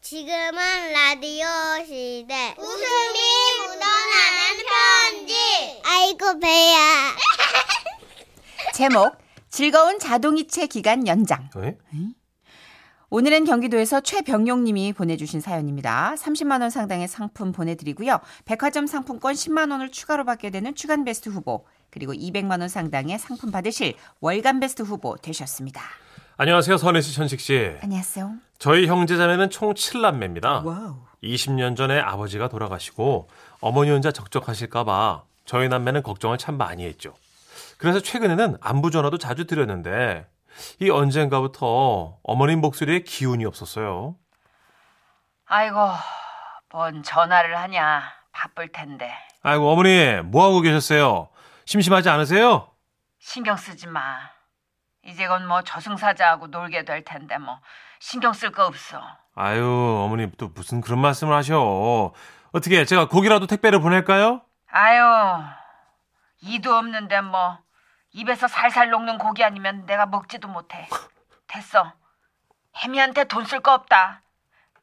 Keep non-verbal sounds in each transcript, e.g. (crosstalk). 지금은 라디오 시대. 웃음이 묻어나는 편지. 아이고, 배야. 제목 즐거운 자동이체 기간 연장. 에? 오늘은 경기도에서 최병용 님이 보내주신 사연입니다. 30만 원 상당의 상품 보내드리고요. 백화점 상품권 10만 원을 추가로 받게 되는 주간 베스트 후보 그리고 200만 원 상당의 상품 받으실 월간 베스트 후보 되셨습니다. 안녕하세요, 선혜 씨, 천식 씨. 안녕하세요. 저희 형제자매는 총 7남매입니다. 와우. 20년 전에 아버지가 돌아가시고 어머니 혼자 적적하실까봐 저희 남매는 걱정을 참 많이 했죠. 그래서 최근에는 안부 전화도 자주 드렸는데 이 언젠가부터 어머님 목소리에 기운이 없었어요. 아이고 뭔 전화를 하냐 바쁠 텐데 아이고 어머니 뭐 하고 계셨어요? 심심하지 않으세요? 신경 쓰지 마. 이제건 뭐 저승사자하고 놀게 될 텐데 뭐 신경 쓸 거 없어. 아유 어머니 또 무슨 그런 말씀을 하셔? 어떻게 제가 고기라도 택배를 보낼까요? 아유 이도 없는데 뭐 입에서 살살 녹는 고기 아니면 내가 먹지도 못해. 됐어. 혜미한테 돈 쓸 거 없다.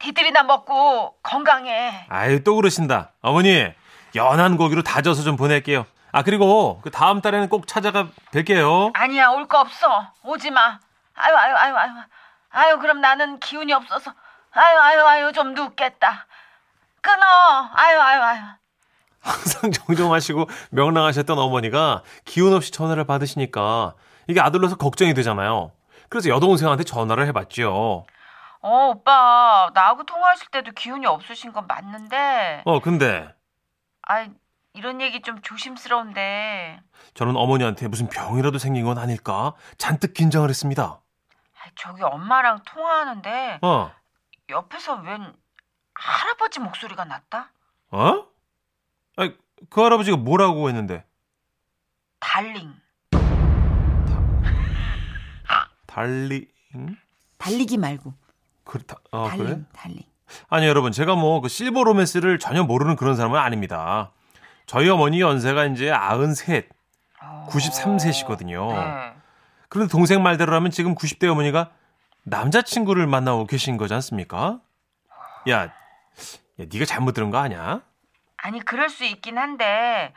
니들이나 먹고 건강해. 아유 또 그러신다. 어머니 연한 고기로 다져서 좀 보낼게요. 아 그리고 그 다음 달에는 꼭 찾아가 뵐게요. 아니야 올 거 없어. 오지 마. 아유 아유 아유 아유 아유 그럼 나는 기운이 없어서 아유 아유 아유 좀 눕겠다. 끊어. 아유 아유 아유. 항상 정정하시고 명랑하셨던 어머니가 기운 없이 전화를 받으시니까 이게 아들로서 걱정이 되잖아요. 그래서 여동생한테 전화를 해봤지요. 어, 오빠, 나하고 통화하실 때도 기운이 없으신 건 맞는데, 어 근데 아, 이런 얘기 좀 조심스러운데, 저는 어머니한테 무슨 병이라도 생긴 건 아닐까 잔뜩 긴장을 했습니다. 아, 저기 엄마랑 통화하는데, 어 옆에서 웬 할아버지 목소리가 났다? 어? 아니 그 할아버지가 뭐라고 했는데 달링. 달리 응? 달리기 말고, 그렇다. 어 그래? 달링. 아니 여러분 제가 뭐 그 실버 로맨스를 전혀 모르는 그런 사람은 아닙니다. 저희 어머니 연세가 이제 93, 93세시거든요. 어. 네. 그런데 동생 말대로라면 지금 90대 어머니가 남자친구를 만나고 계신 거지 않습니까? 야, 야 네가 잘못 들은 거 아니야? 아니, 그럴 수 있긴 한데,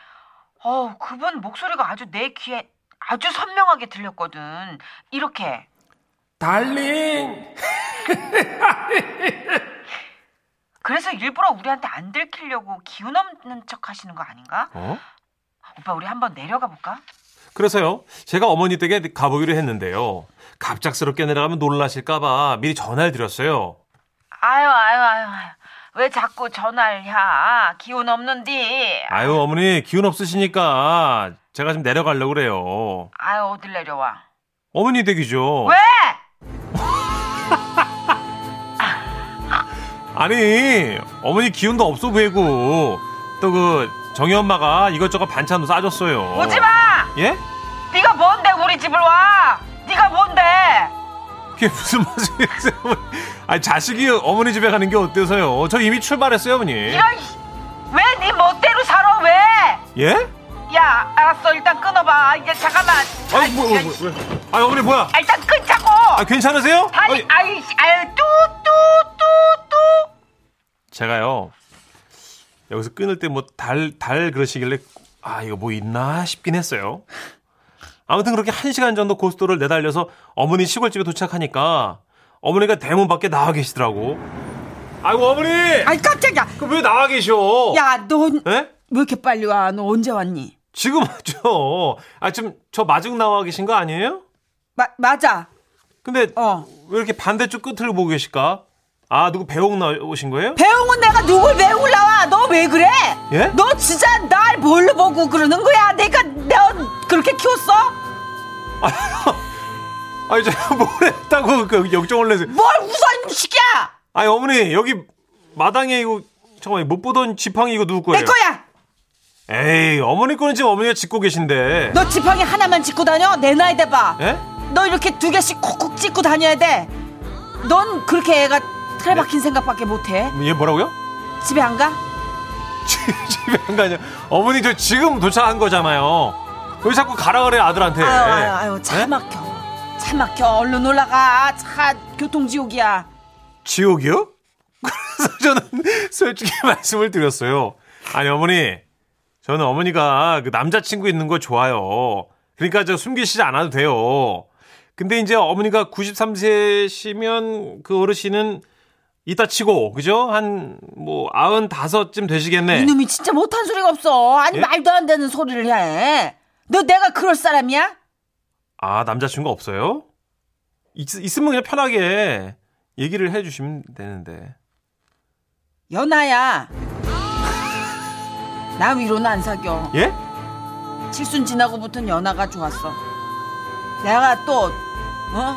어, 그분 목소리가 아주 내 귀에 아주 선명하게 들렸거든. 이렇게. 달링! (laughs) 그래서 일부러 우리한테 안 들키려고 기운 없는 척 하시는 거 아닌가? 어? 오빠 우리 한번 내려가 볼까? 그래서요, 제가 어머니 댁에 가보기로 했는데요. 갑작스럽게 내려가면 놀라실까봐 미리 전화를 드렸어요. 아유 아유 아유 아유 왜 자꾸 전화를 해? 기운 없는디. 아유, 어머니, 기운 없으시니까 제가 좀 내려가려고 그래요. 아유 어딜 내려와? 어머니 댁이죠. 왜? 아니 어머니 기운도 없어 보이고 또 그 정희 엄마가 이것저것 반찬도 싸줬어요. 오지 마. 예? 네가 뭔데 우리 집을 와? 네가 뭔데? 그게 무슨 말씀이세요? 어머니? 아니 자식이 어머니 집에 가는 게 어때서요? 저 이미 출발했어요, 어머니. 이런 왜네 멋대로 살아 왜? 예? 야 알았어 일단 끊어봐. 이제 잠깐만. 아니 뭐, 뭐, 뭐, 아 어머니 뭐야? 아, 일단 끊자고. 아 괜찮으세요? 아니 아니, 아이 아유 뚜뚜뚜뚜. 제가요 여기서 끊을 때 뭐 달 달 그러시길래 아 이거 뭐 있나 싶긴 했어요. 아무튼 그렇게 한 시간 정도 고속도로를 내달려서 어머니 시골집에 도착하니까 어머니가 대문 밖에 나와 계시더라고. 아이고 어머니, 아이 깜짝이야. 그 왜 나와 계셔? 야, 너 왜 예? 이렇게 빨리 와? 너 언제 왔니? 지금 왔죠. 아 지금 저 마중 나와 계신 거 아니에요? 마, 맞아. 근데 어. 왜 이렇게 반대쪽 끝을 보고 계실까? 아 누구 배옥 나오신 거예요? 배웅은 내가 누굴 배웅을 나와? 너 왜 그래? 예? 너 진짜 날 뭘로 보고 그러는 거야? 내가 너 그렇게 키웠어? (laughs) 아니 제가 뭘 했다고 그 역정을 내세요? 뭘 웃어 임식이야? 아니 어머니 여기 마당에 이거 잠깐만 못 보던 지팡이 이거 누구 내 거예요? 거야. 에이 어머니 거는 지금 어머니가 짚고 계신데. 너 지팡이 하나만 짚고 다녀? 내 나이 대봐. 예? 너 이렇게 두 개씩 콕콕 짚고 다녀야 돼. 넌 그렇게 애가 예? 틀에 박힌 생각밖에 못해. 얘 뭐라고요? (laughs) 집에 안 가? 지- 집에 안 가냐? 어머니 저 지금 도착한 거잖아요. 왜 자꾸 가라 그래 아들한테? 아유 아유 아유 차 예? 막혀. 차 막혀. 얼른 올라가. 차 교통 지옥이야. 지옥이요? (laughs) 저는 솔직히 (laughs) 말씀을 드렸어요. 아니 어머니, 저는 어머니가 그 남자친구 있는 거 좋아요. 그러니까 저 숨기시지 않아도 돼요. 근데 이제 어머니가 93세시면 그 어르신은 이따 치고 그죠? 한 뭐 95쯤 되시겠네. 이놈이 진짜 못한 소리가 없어. 아니 예? 말도 안 되는 소리를 해. 너 내가 그럴 사람이야? 아 남자친구 없어요? 있, 있으면 그냥 편하게 얘기를 해주시면 되는데. 연아야. 나 위로는 안 사겨. 예? 칠순 지나고 붙은 연아가 좋았어. 내가 또 어?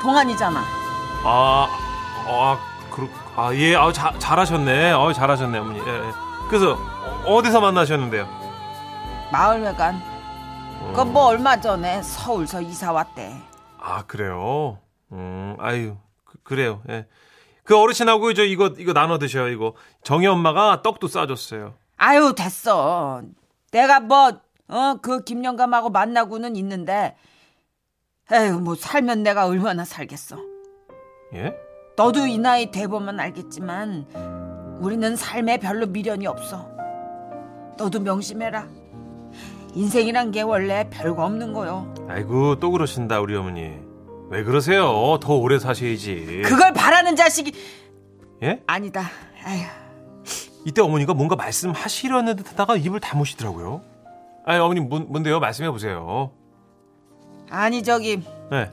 동안이잖아. 아, 아, 그렇, 아, 예, 아, 자, 잘하셨네. 어, 잘하셨네, 어머니. 예, 예. 그래서, 어, 디서 만나셨는데요? 마을회관. 그거 뭐 얼마 전에 서울서 이사 왔대. 아, 그래요? 음, 아유, 그, 래요 예. 그 어르신하고 저 이거, 이거 나눠 드셔요, 이거. 정희 엄마가 떡도 싸줬어요. 아유 됐어. 내가 뭐, 뭐어그 김영감하고 만나고는 있는데, 에휴 뭐 살면 내가 얼마나 살겠어. 예? 너도 이 나이 돼보면 알겠지만 우리는 삶에 별로 미련이 없어. 너도 명심해라. 인생이란 게 원래 별거 없는 거요. 아이고, 또 그러신다, 우리 어머니. 왜 그러세요? 더 오래 사셔야지. 그걸 바라는 자식이 예? 아니다. 에휴. 이때 어머니가 뭔가 말씀하시려는 듯하다가 입을 다무시더라고요. 아니, 어머니, 뭔, 뭔데요? 말씀해 보세요. 아니 저기 네.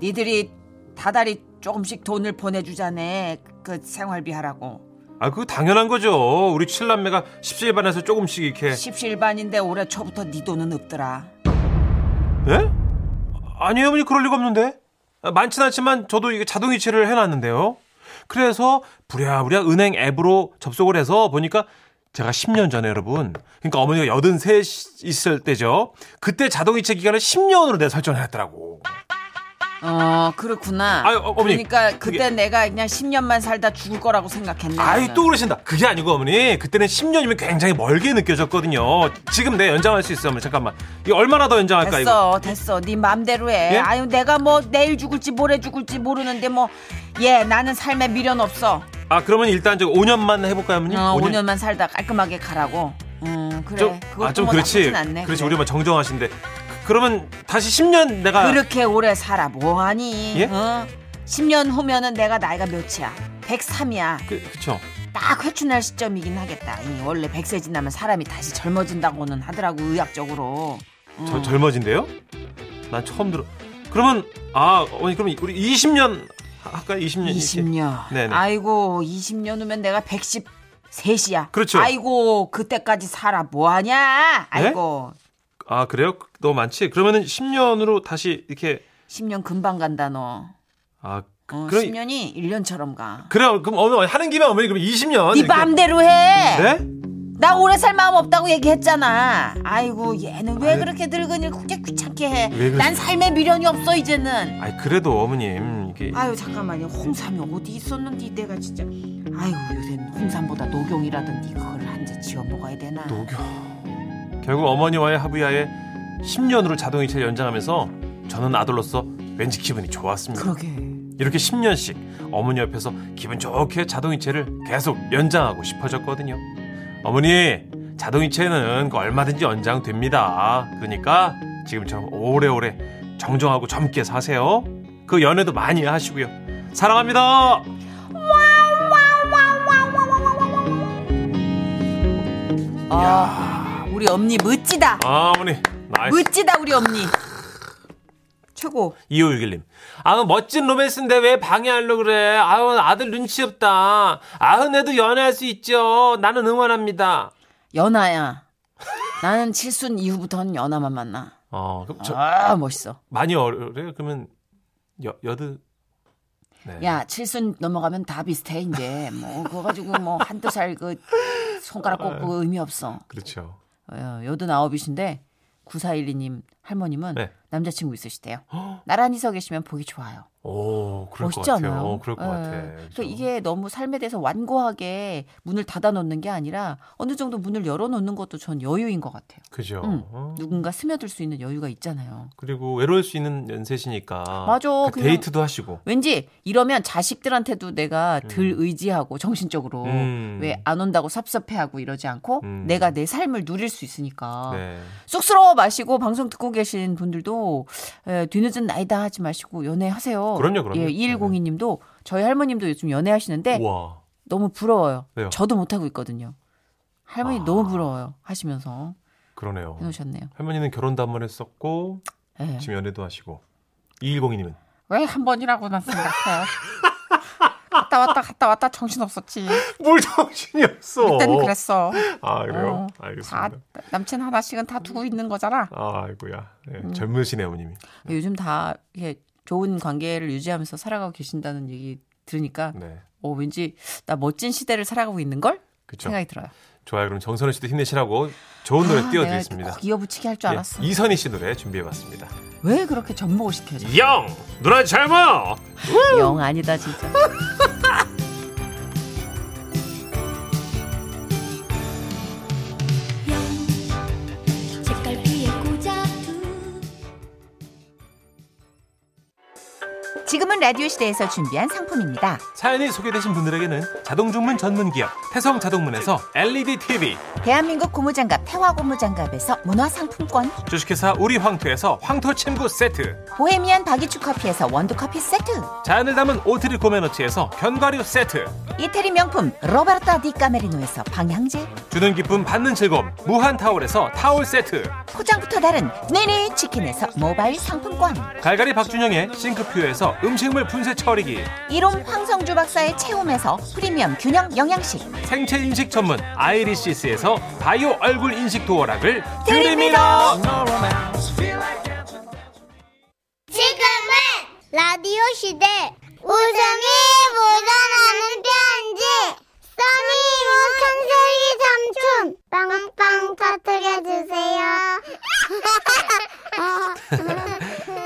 니들이 다달이 조금씩 돈을 보내주자네 그 생활비 하라고 아, 그거 당연한 거죠. 우리 칠남매가 17반에서 조금씩 이렇게. 십실반인데 올해 초부터 니 돈은 없더라 예? 아니, 어머니, 그럴 리가 없는데? 아, 많진 않지만 저도 이게 자동이체를 해놨는데요. 그래서 부랴부랴 은행 앱으로 접속을 해서 보니까 제가 10년 전에 여러분, 그러니까 어머니가 83 있을 때죠. 그때 자동이체 기간을 10년으로 내 설정해놨더라고. 어 그렇구나 아유, 어, 어머니, 그러니까 그게- 그때 내가 그냥 10년만 살다 죽을 거라고 생각했네 아이, 또 그러신다. 그게 아니고 어머니, 그때는 10년이면 굉장히 멀게 느껴졌거든요. 지금 내 연장할 수 있어, 어머니. 잠깐만. 이거 얼마나 더 연장할까, 됐어 이거? 됐어 네 맘대로 해 예? 아유 내가 뭐 내일 죽을지 모레 죽을지 모르는데 뭐 예 나는 삶에 미련 없어 아, 그러면 일단 저 5년만 해볼까요, 어머니? 어, 5년. 5년만 살다 깔끔하게 가라고 음 그래 좀, 그것도 아, 좀 뭐 그렇지. 나쁘진 않네 그렇지. 그래. 우리 엄마 정정하신데. 그- 그러면 다시 10년 내가. 그렇게 오래 살아 뭐하니? 예? 어? 10년 후면은 내가 나이가 몇이야? 103이야. 그, 그쵸. 딱 회춘할 시점이긴 하겠다. 이 원래 100세 지나면 사람이 다시 젊어진다고는 하더라고 의학적으로. 음. 저, 젊어진데요? 난 처음 들어. 그러면, 아, 어머니, 그럼 우리 20년 할까요? 20년. 이렇게. 20년. 네네. 아이고 20년 후면 내가 113이야. 그렇죠. 네? 아이고 그때까지 살아 뭐하냐? 아이고 아, 그래요? 너무 많지? 그러면은 10년으로 다시 이렇게. 10년 금방 간다 너. 아, 그, 어, 그럼- 10년이 1년처럼 가. 그래요. 그럼 어머니, 하는 김에 어머니, 그럼 20년. 네 이렇게. 맘대로 해. 네? 나 오래 살 마음 없다고 얘기했잖아. 아이고 얘는 왜 그렇게 늙은이를 그렇게 귀찮게 해. 왜 그러지? 난 삶에 미련이 없어 이제는. 아이, 그래도 어머님, 이게. 아유 잠깐만요. 홍삼이 어디 있었는데 내가 진짜. 아이고 요새는 홍삼보다 녹용이라든지 그걸 한 제 지어 먹어야 되나. 녹여. 결국 어머니와의 하부야에 10년으로 자동이체를 연장하면서 저는 아들로서 왠지 기분이 좋았습니다. 그러게. 이렇게 10년씩 어머니 옆에서 기분 좋게 자동이체를 계속 연장하고 싶어졌거든요. 어머니, 자동이체는 그 얼마든지 연장됩니다. 그러니까 지금처럼 오래오래 정정하고 젊게 사세요. 그 연애도 많이 하시고요. 사랑합니다. 아 우리 엄니 멋지다. 아, 어머니. 나이스. 멋지다 우리 엄니. 최고. 2561님. 아우, 멋진 로맨스인데 왜 방해하려고 그래? 아우, 아들 눈치 없다. 아우, 내도 연애할 수 있죠. 나는 응원합니다. 연아야. 나는 칠순 이후부터는 연아만 만나. 어, 그럼 저, 아 멋있어. 많이 어려요? 그러면, 여, 여드. 네. 야, 칠순 넘어가면 다 비슷해, 이제. 뭐, 그거 가지고 뭐, 한두 살 그, 손가락 꽂고 의미 없어. 그렇죠. 어, 여든 아홉이신데, 9412님, 할머님은 네. 남자친구 있으시대요. 헉. 나란히 서 계시면 보기 좋아요. 오, 그럴 멋있지 것 같아요. 않아요? 어, 그럴 것 예. 같아. 그래서 이게 너무 삶에 대해서 완고하게 문을 닫아놓는 게 아니라 어느 정도 문을 열어놓는 것도 전 여유인 것 같아요. 그죠. 음. 어. 누군가 스며들 수 있는 여유가 있잖아요. 그리고 외로울 수 있는 연세시니까. 맞아, 그 그냥- 데이트도 하시고. 왠지 이러면 자식들한테도 내가 덜 의지하고 정신적으로 음. 왜 안 온다고 섭섭해하고 이러지 않고 음. 내가 내 삶을 누릴 수 있으니까 네. 쑥스러워 마시고 방송 듣고 계신 분들도 에, 뒤늦은 나이다 하지 마시고 연애하세요. 그럼요, 그럼요. 예, 네. 2102님도 저희 할머님도 요즘 연애하시는데 우와. 너무 부러워요. 왜요? 저도 못하고 있거든요. 할머니 아. 어. 너무 부러워요 하시면서 그러네요. 해놓으셨네요. 할머니는 결혼도 한 번 했었고, 음. 예. 지금 연애도 하시고. 2102님은. 왜 한 번이라고만 (laughs) 생각해? 갔다 왔다 갔다 왔다 정신 없었지. 뭘 정신이 없어. 그때는 그랬어. 아, 그래요? 어, 알겠습니다. 다 남친 하나씩은 다 두고 있는 거잖아. 아, 아이고야. 예, 젊으시네, 어머님이. 요즘 다 이렇게 좋은 관계를 유지하면서 살아가고 계신다는 얘기 들으니까 네. 어, 왠지 나 멋진 시대를 살아가고 있는 걸 그쵸. 생각이 들어요. 좋아요. 그럼 정선우 씨도 힘내시라고 좋은 노래 네. 아, 띄워드리겠습니다. 내가 꼭 이어붙이게 할 줄 예, 알았어. 이선희 씨 노래 준비해봤습니다. 왜 그렇게 접목을 시켜줘? 영! 누나 잘 봐! 영 아니다 진짜. 지금은 라디오 시대에서 준비한 상품입니다. 사연이 소개되신 분들에게는 자동 주문 전문 기업 태성 자동문에서 LED TV, 대한민국 고무장갑 태화 고무장갑에서 문화상품권, 주식회사 우리 황토에서 황토 침구 세트, 보헤미안 바기추 커피에서 원두커피 세트, 자연을 담은 오트리 코메너치에서 견과류 세트, 이태리 명품 로베르타 디 까메리노에서 방향제, 주는 기쁨 받는 즐거움 무한 타올에서 타올 세트, 포장부터 다른 네네 치킨에서 모바일 상품권, 갈갈이 박준영의 싱크퓨에서 음식물 분쇄 처리기, 이론 황성주 박사의 체험에서 프리미엄 균형 영양식 생체 인식 전문 아이리시스에서 바이오 얼굴 인식 도어락을 드립니다. 지금은 라디오 시대 웃음이 묻어나는 편지 써니 뭐 우천세기 삼촌 빵빵 터뜨려주세요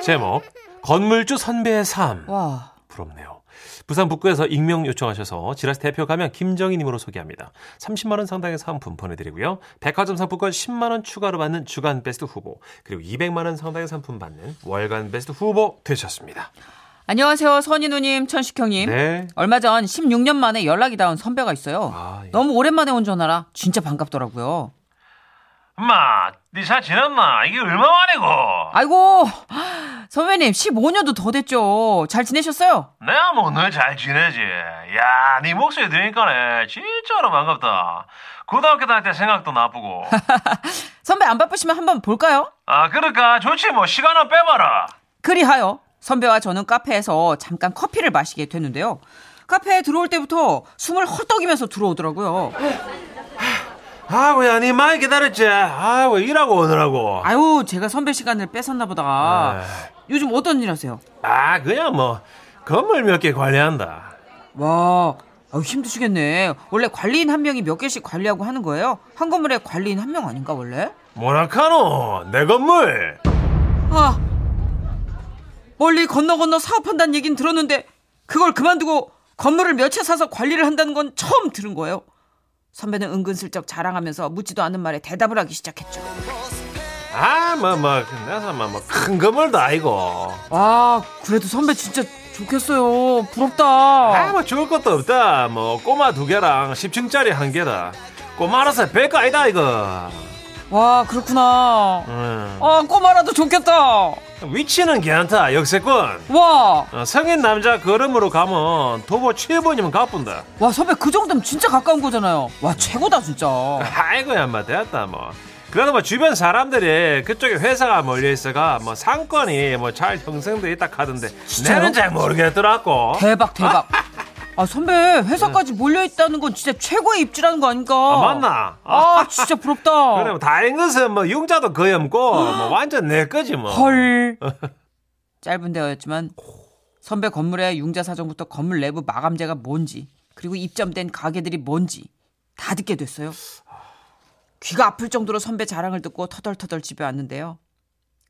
제목 건물주 선배의 삶 와 부럽네요. 부산 북구에서 익명 요청하셔서 지라스 대표 가면 김정희님으로 소개합니다. 30만 원 상당의 상품 보내드리고요. 백화점 상품권 10만 원 추가로 받는 주간 베스트 후보 그리고 200만 원 상당의 상품 받는 월간 베스트 후보 되셨습니다. 안녕하세요 선인우님 천식형님 네. 얼마 전 16년 만에 연락이 닿은 선배가 있어요 아, 예. 너무 오랜만에 온 전화라 진짜 반갑더라고요 엄마, 네 니사 지났나? 이게 얼마 만이고? 아이고 선배님 15년도 더 됐죠 잘 지내셨어요? 내가 뭐 너 잘 지내지? 야, 네 목소리 들으니까네 진짜로 반갑다. 고등학교 다닐 때 생각도 (laughs) 나쁘고. 선배 안 바쁘시면 한번 볼까요? 아, 그러니까 좋지 뭐 시간은 빼봐라. 그리하여 선배와 저는 카페에서 잠깐 커피를 마시게 됐는데요 카페에 들어올 때부터 숨을 헐떡이면서 들어오더라고요 아, 왜 아니 많이 기다렸지? 아, 왜 일하고 오느라고? 아유, 제가 선배 시간을 뺏었나 보다. 네. 요즘 어떤 일 하세요? 아, 그냥 뭐 건물 몇 개 관리한다. 와, 아유, 힘드시겠네. 원래 관리인 한 명이 몇 개씩 관리하고 하는 거예요? 한 건물에 관리인 한 명 아닌가 원래? 모나카노 내 건물. 아, 멀리 건너 건너 사업한다는 얘긴 들었는데 그걸 그만두고 건물을 몇 채 사서 관리를 한다는 건 처음 들은 거예요. 선배는 은근슬쩍 자랑하면서 묻지도 않은 말에 대답을 하기 시작했죠. 아, 뭐, 뭐, 내가 뭐, 뭐, 큰 건물도 아니고. 아, 그래도 선배 진짜 좋겠어요. 부럽다. 아, 뭐, 죽을 것도 없다. 뭐, 꼬마 두 개랑 10층짜리 한 개다. 꼬마 알아서 별거 아니다, 이거. 와, 그렇구나. 음. 아, 꼬마라도 좋겠다. 위치는 괜찮다, 역세권. 와, 어, 성인 남자 걸음으로 가면 도보 7번이면 가뿐다. 와 선배 그 정도면 진짜 가까운 거잖아요. 와 최고다 진짜. 아이고야, 뭐, 됐다, 뭐. 그래도 뭐, 주변 사람들이 그쪽에 회사가 몰려있어가, 뭐, 상권이 뭐, 잘 형성돼 있다 하던데. 진짜요? 내는 잘 모르겠더라고. 대박 대박. 아 선배 회사까지 몰려 있다는 건 진짜 최고의 입지라는 거 아닌가? 아, 맞나? 아 진짜 부럽다. (laughs) 그래 뭐 다른 것은 뭐 융자도 거의 없고 뭐 완전 내 거지 뭐. 헐. (laughs) 짧은 대화였지만 선배 건물의 융자 사정부터 건물 내부 마감재가 뭔지 그리고 입점된 가게들이 뭔지 다 듣게 됐어요. 귀가 아플 정도로 선배 자랑을 듣고 터덜터덜 집에 왔는데요.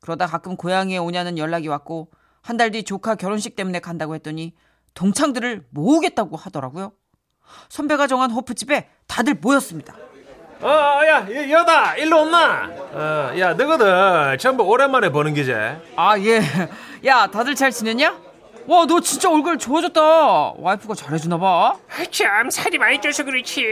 그러다 가끔 고향에 오냐는 연락이 왔고 한 달 뒤 조카 결혼식 때문에 간다고 했더니 동창들을 모으겠다고 하더라고요. 선배가 정한 호프집에 다들 모였습니다. 어, 야, 여- 여다, 일로 온나? 어, 야, 너거든. 전부 오랜만에 보는 기제. 아 예. (laughs) 야 다들 잘 지내냐? 와 너 진짜 얼굴 좋아졌다. 와이프가 잘해주나 봐. 참 살이 많이 쪄서 그렇지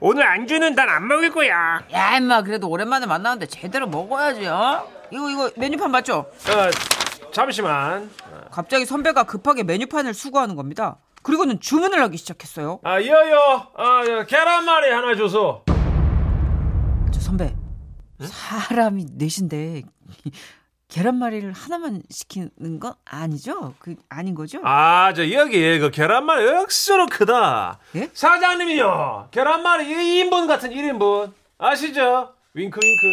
오늘 안주는 난 안 먹을 거야 야 임마 그래도 오랜만에 만나는데 제대로 먹어야지. 어? 이거 이거 메뉴판 맞죠? 어, 잠시만. 갑자기 선배가 급하게 메뉴판을 수거하는 겁니다. 그리고는 주문을 하기 시작했어요. 아, 여여, 아, 여, 계란말이 하나 줘서. 저 선배 사람이 넷인데 계란말이를 하나만 시키는 건 아니죠? 그 아닌 거죠? 아, 저, 여기, 그 계란말이 억수로 크다. 예? 사장님이요, 계란말이 1인분 같은 1인분. 아시죠? 윙크, 윙크.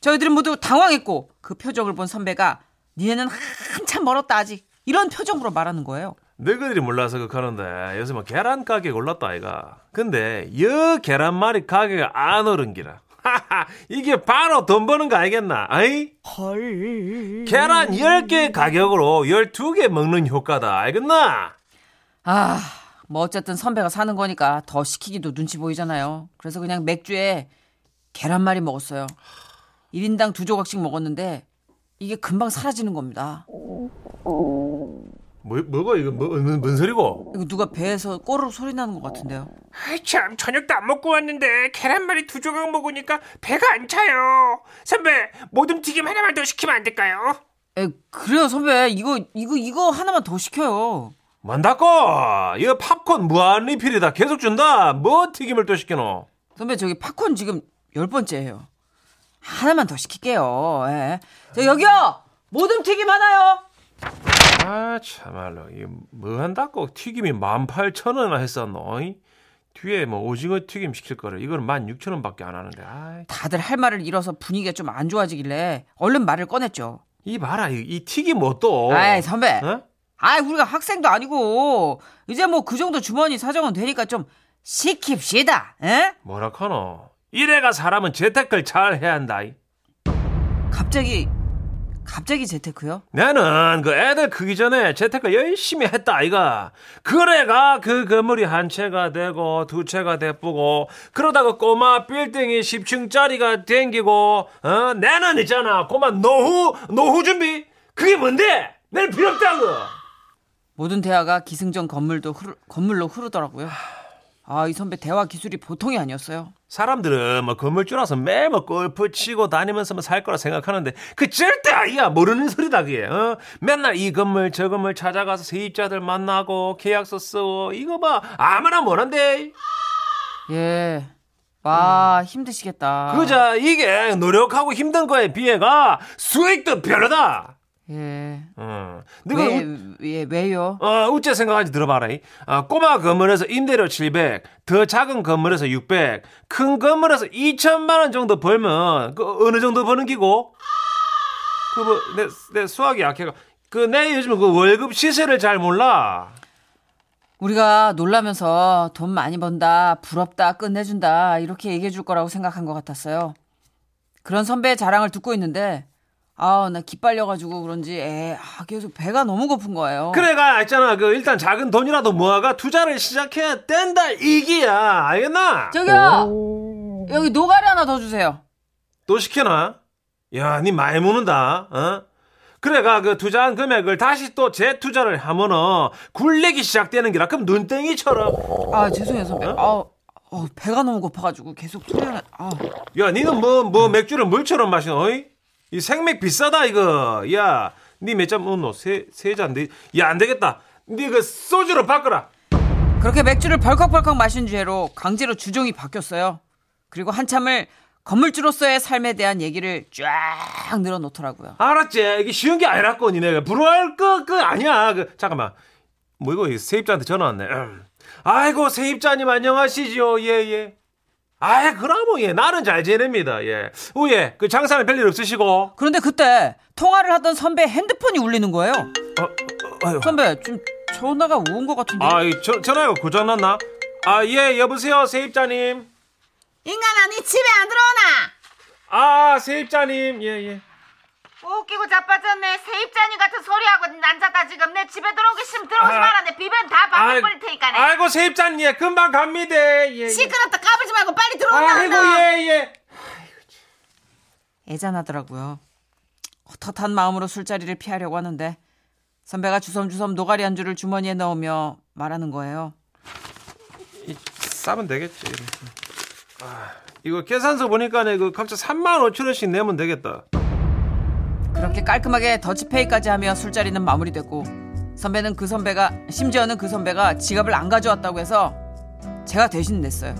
저희들은 모두 당황했고 그 표정을 본 선배가 니네는 한참 멀었다 아직 이런 표정으로 말하는 거예요. 너희들이 몰라서 그하는데 요새 뭐 계란 가격 올랐다 아이가. 근데 여 계란말이 가격 안 오른기라. 하하, 이게 바로 돈 버는 거 알겠나? 아이? 헐. 계란 10개 가격으로 12개 먹는 효과다. 알겠나? 아, 뭐 어쨌든 선배가 사는 거니까 더 시키기도 눈치 보이잖아요. 그래서 그냥 맥주에 계란말이 먹었어요. 1인당 두 조각씩 먹었는데 이게 금방 사라지는 겁니다. 뭐, 뭐고 이거 뭐, 뭔, 뭔 소리고? 이거 누가 배에서 꼬르륵 소리 나는 것 같은데요. 아, 참 저녁도 안 먹고 왔는데 계란말이 두 조각 먹으니까 배가 안 차요 선배 모둠튀김 하나만 더 시키면 안 될까요? 에, 그래요 선배 이거 이거 이거 하나만 더 시켜요. 만다고 이거 팝콘 무한 리필이다. 계속 준다. 뭐 튀김을 또 시켜노? 선배 저기 팝콘 지금 열 번째예요. 하나만 더 시킬게요. 예. 저 여기요 모듬 튀김 하나요. 아, 참말로. 이거 뭐 한다고 튀김이 18,000원이나 했었노. 이? 뒤에 뭐 오징어 튀김 시킬 거를 이거는 16,000원밖에 안 하는데. 아이, 다들 할 말을 잃어서 분위기가 좀 안 좋아지길래 얼른 말을 꺼냈죠. 이 봐라. 이, 이 튀김 옷도. 아이 선배. 어? 아이 우리가 학생도 아니고 이제 뭐 그 정도 주머니 사정은 되니까 좀 시킵시다. 예? 뭐라 카노? 이래가 사람은 재테크를 잘 해야 한다. 이. 갑자기 갑자기 재테크요? 나는 그 애들 크기 전에 재테크를 열심히 했다 아이가 그래가 그 건물이 한 채가 되고 두 채가 되쁘고 그러다가 꼬마 빌딩이 10층짜리가 댕기고 어 나는 있잖아 꼬마 노후 노후 준비 그게 뭔데 나는 필요 없다고 모든 대화가 기승전 건물도 흐르, 건물로 흐르더라고요. 아 이 선배 대화 기술이 보통이 아니었어요. 사람들은 뭐 건물주라서 매일 뭐 골프 치고 다니면서 뭐 살 거라 생각하는데 그 절대 아니야 모르는 소리다 그게 어? 맨날 이 건물 저 건물 찾아가서 세입자들 만나고 계약서 쓰고 이거 봐 아무나 뭐란데 예. 와 힘드시겠다. 음. 그자 이게 노력하고 힘든 거에 비해가 수익도 별로다. 예. 어, 왜, 네가 우, 예, 왜요? 어, 우째 생각하지 들어봐라. 이. 아, 꼬마 건물에서 임대료 700, 더 작은 건물에서 600, 큰 건물에서 2천만 원 정도 벌면 그 어느 정도 버는 기고? 그뭐내내 수학이 약해가. 그 내 요즘 그 월급 시세를 잘 몰라. 우리가 놀라면서 돈 많이 번다, 부럽다, 끝내준다, 이렇게 얘기해 줄 거라고 생각한 것 같았어요. 그런 선배의 자랑을 듣고 있는데, 아우, 나 기빨려가지고 그런지, 에, 아, 계속 배가 너무 고픈 거예요. 그래가 있잖아. 그 일단 작은 돈이라도 모아가 투자를 시작해야 된다 이기야. 알겠나? 저기요! 여기 노가리 하나 더 주세요. 또 시켜놔? 야, 니 많이 무는다, 어? 그래가 그 투자한 금액을 다시 또 재투자를 하면은 굴레기 시작되는 기라 그럼 눈땡이처럼 아, 죄송해요, 선배. 아, 어, 배가 너무 고파가지고 계속 투자를, 아. 야 니는 뭐 뭐 맥주를 물처럼 마시노 어이? 이 생맥 비싸다 이거 야니몇잔 먹노 세세잔데야안 되겠다 니 그 소주로 바꿔라 그렇게 맥주를 벌컥벌컥 마신 죄로 강제로 주종이 바뀌었어요. 그리고 한참을 건물주로서의 삶에 대한 얘기를 쫙 늘어놓더라고요. 알았지 이게 쉬운 게 아니라고 니네 부러워할 거 그 아니야 그 잠깐만 뭐 이거 이 세입자한테 전화 왔네 음. 아이고 세입자님 안녕하시지요 예예 아이 그럼 예 나는 잘 지냅니다 예우예그 장사는 별일 없으시고 그런데 그때 통화를 하던 선배의 핸드폰이 울리는 거예요. 아유 선배, 좀 전화가 온 것 같은데. 아이 저- 전화가 고장났나 아 예 여보세요 세입자님 인간아 니 집에 안 들어오나? 예, 아 세입자님 예예 웃기고 자빠졌네. 세입자니 같은 소리하고 난자다 지금. 내 집에 들어오기 싫으면 들어오지 마라. 내 비변 다 아, 방금 아이, 뿌릴 테니까네. 아이고 세입자님 예, 금방 갑니다. 예, 예. 시끄럽다 까불지 말고 빨리 들어온다. 아이고 예 예. 애잔하더라고요. 헛헛한 마음으로 술자리를 피하려고 하는데 선배가 주섬주섬 노가리 안주를 주머니에 넣으며 말하는 거예요. 이, 싸면 되겠지. 아, 이거 계산서 보니까 그 각자 3만 5천 원씩 내면 되겠다. 그렇게 깔끔하게 더치페이까지 하며 술자리는 마무리됐고 선배는 그 선배가 심지어는 그 선배가 지갑을 안 가져왔다고 해서 제가 대신 냈어요.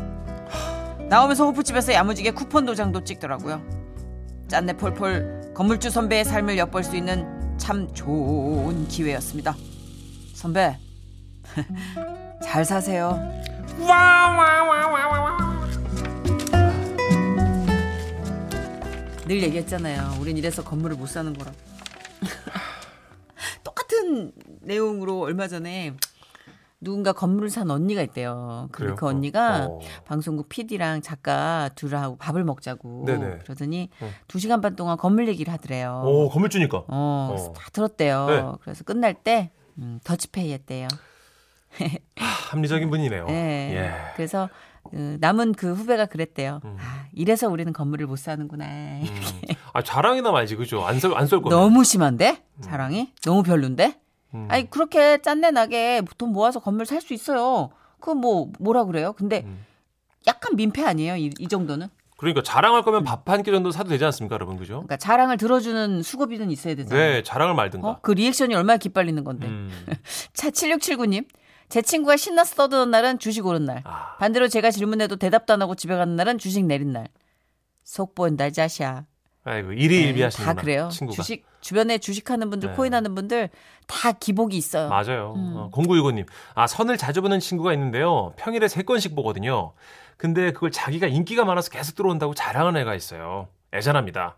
나오면서 호프집에서 야무지게 쿠폰 도장도 찍더라고요. 짠내 폴폴 건물주 선배의 삶을 엿볼 수 있는 참 좋은 기회였습니다. 선배 (laughs) 잘 사세요. 늘 얘기했잖아요. 우린 이래서 건물을 못 사는 거라고. (laughs) 똑같은 내용으로 얼마 전에 누군가 건물을 산 언니가 있대요. 근데 그래요? 그 언니가 어. 방송국 PD랑 작가 둘하고 밥을 먹자고 네네. 어. 그러더니 두 시간 반 동안 건물 얘기를 하더래요. 오, 건물 주니까. 어, 어. 다 들었대요. 네. 그래서 끝날 때 음, 더치페이 했대요. 합리적인 분이네요. 네. 예. 음. 그래서 그 남은 그 후배가 그랬대요. 아, 이래서 우리는 건물을 못 사는구나. 아, 자랑이나 말지, 그죠? 안 쏠, 안쏠 거면. 너무 심한데 음. 자랑이 너무 별론데 아니 그렇게 짠내 나게 돈 모아서 건물 살 수 있어요 그 뭐 뭐라 그래요 근데 음. 약간 민폐 아니에요 이, 이 정도는 그러니까 자랑할 거면 밥 한 끼 정도 사도 되지 않습니까, 여러분? 그죠? 그러니까 자랑을 들어주는 수고비는 있어야 되잖아요 네, 자랑을 말든가. 어? 그 리액션이 얼마나 기빨리는 건데 (laughs) 음. 자 7679님 제 친구가 신나서 떠드는 날은 주식 오른 날 아. 반대로 제가 질문해도 대답도 안 하고 집에 가는 날은 주식 내린 날속 본다 자샤 아이고, 일이 네, 일비 하시는 다 그래요. 친구가. 주식 주변에 주식하는 분들, 네. 코인하는 분들 다 기복이 있어요. 맞아요. 음. 어, 0965님. 아, 선을 자주 보는 친구가 있는데요. 평일에 세건씩 보거든요. 근데 그걸 자기가 인기가 많아서 계속 들어온다고 자랑하는 애가 있어요. 애잔합니다.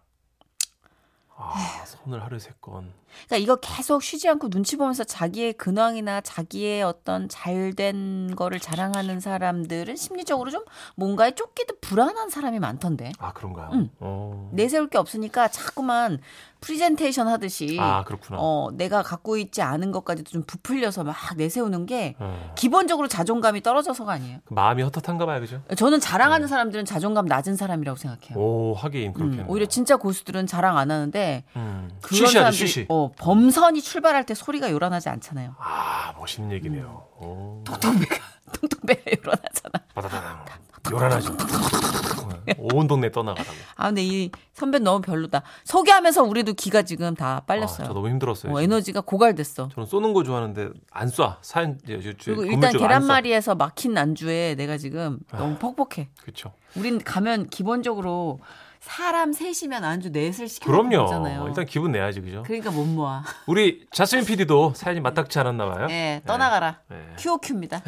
아, 선을 하루에 세건 그러니까 이거 계속 쉬지 않고 눈치 보면서 자기의 근황이나 자기의 어떤 잘된 거를 자랑하는 사람들은 심리적으로 좀 뭔가에 쫓기듯 불안한 사람이 많던데. 아, 그런가요? 음. 어. 내세울 게 없으니까 자꾸만 프리젠테이션 하듯이 아, 그렇구나. 어, 내가 갖고 있지 않은 것까지도 좀 부풀려서 막 내세우는 게 어. 기본적으로 자존감이 떨어져서가 아니에요. 그 마음이 헛헛한가 봐요, 그죠? 저는 자랑하는 사람들은 자존감 낮은 사람이라고 생각해요. 오, 하긴 음. 그렇게. 네. 음, 오히려 진짜 고수들은 자랑 안 하는데 음. 그런 쉬쉬하죠, 사람들이 쉬쉬. 어, 범선이 출발할 때 소리가 요란하지 않잖아요. 아, 멋있는 얘기네요. 음. (laughs) 오. 통통배가 요란하잖아. 바다다당. 요란하죠. 온 동네 떠나가라고. 아 근데 이 선배 너무 별로다. 소개하면서 우리도 기가 지금 다 아, 빨렸어요. 저 너무 힘들었어요. 어, 지금. 에너지가 고갈됐어. 저는 쏘는 거 좋아하는데 안 쏴. 사연 이제 요- 요- 그리고 건물 일단 쪽은 안 아. 계란말이에서 막힌 안주에 내가 지금 너무 퍽퍽해. 쏴. 그쵸. 우린 가면 기본적으로 사람 셋이면 안주 넷을 시켜놓는 거잖아요. 그럼요. 일단 기분 내야지 그죠. 그러니까 못 모아. 네. 우리 자스민 PD도 사연이 마땅치 않았나 봐요. 예, 떠나가라. 예. 큐오큐입니다.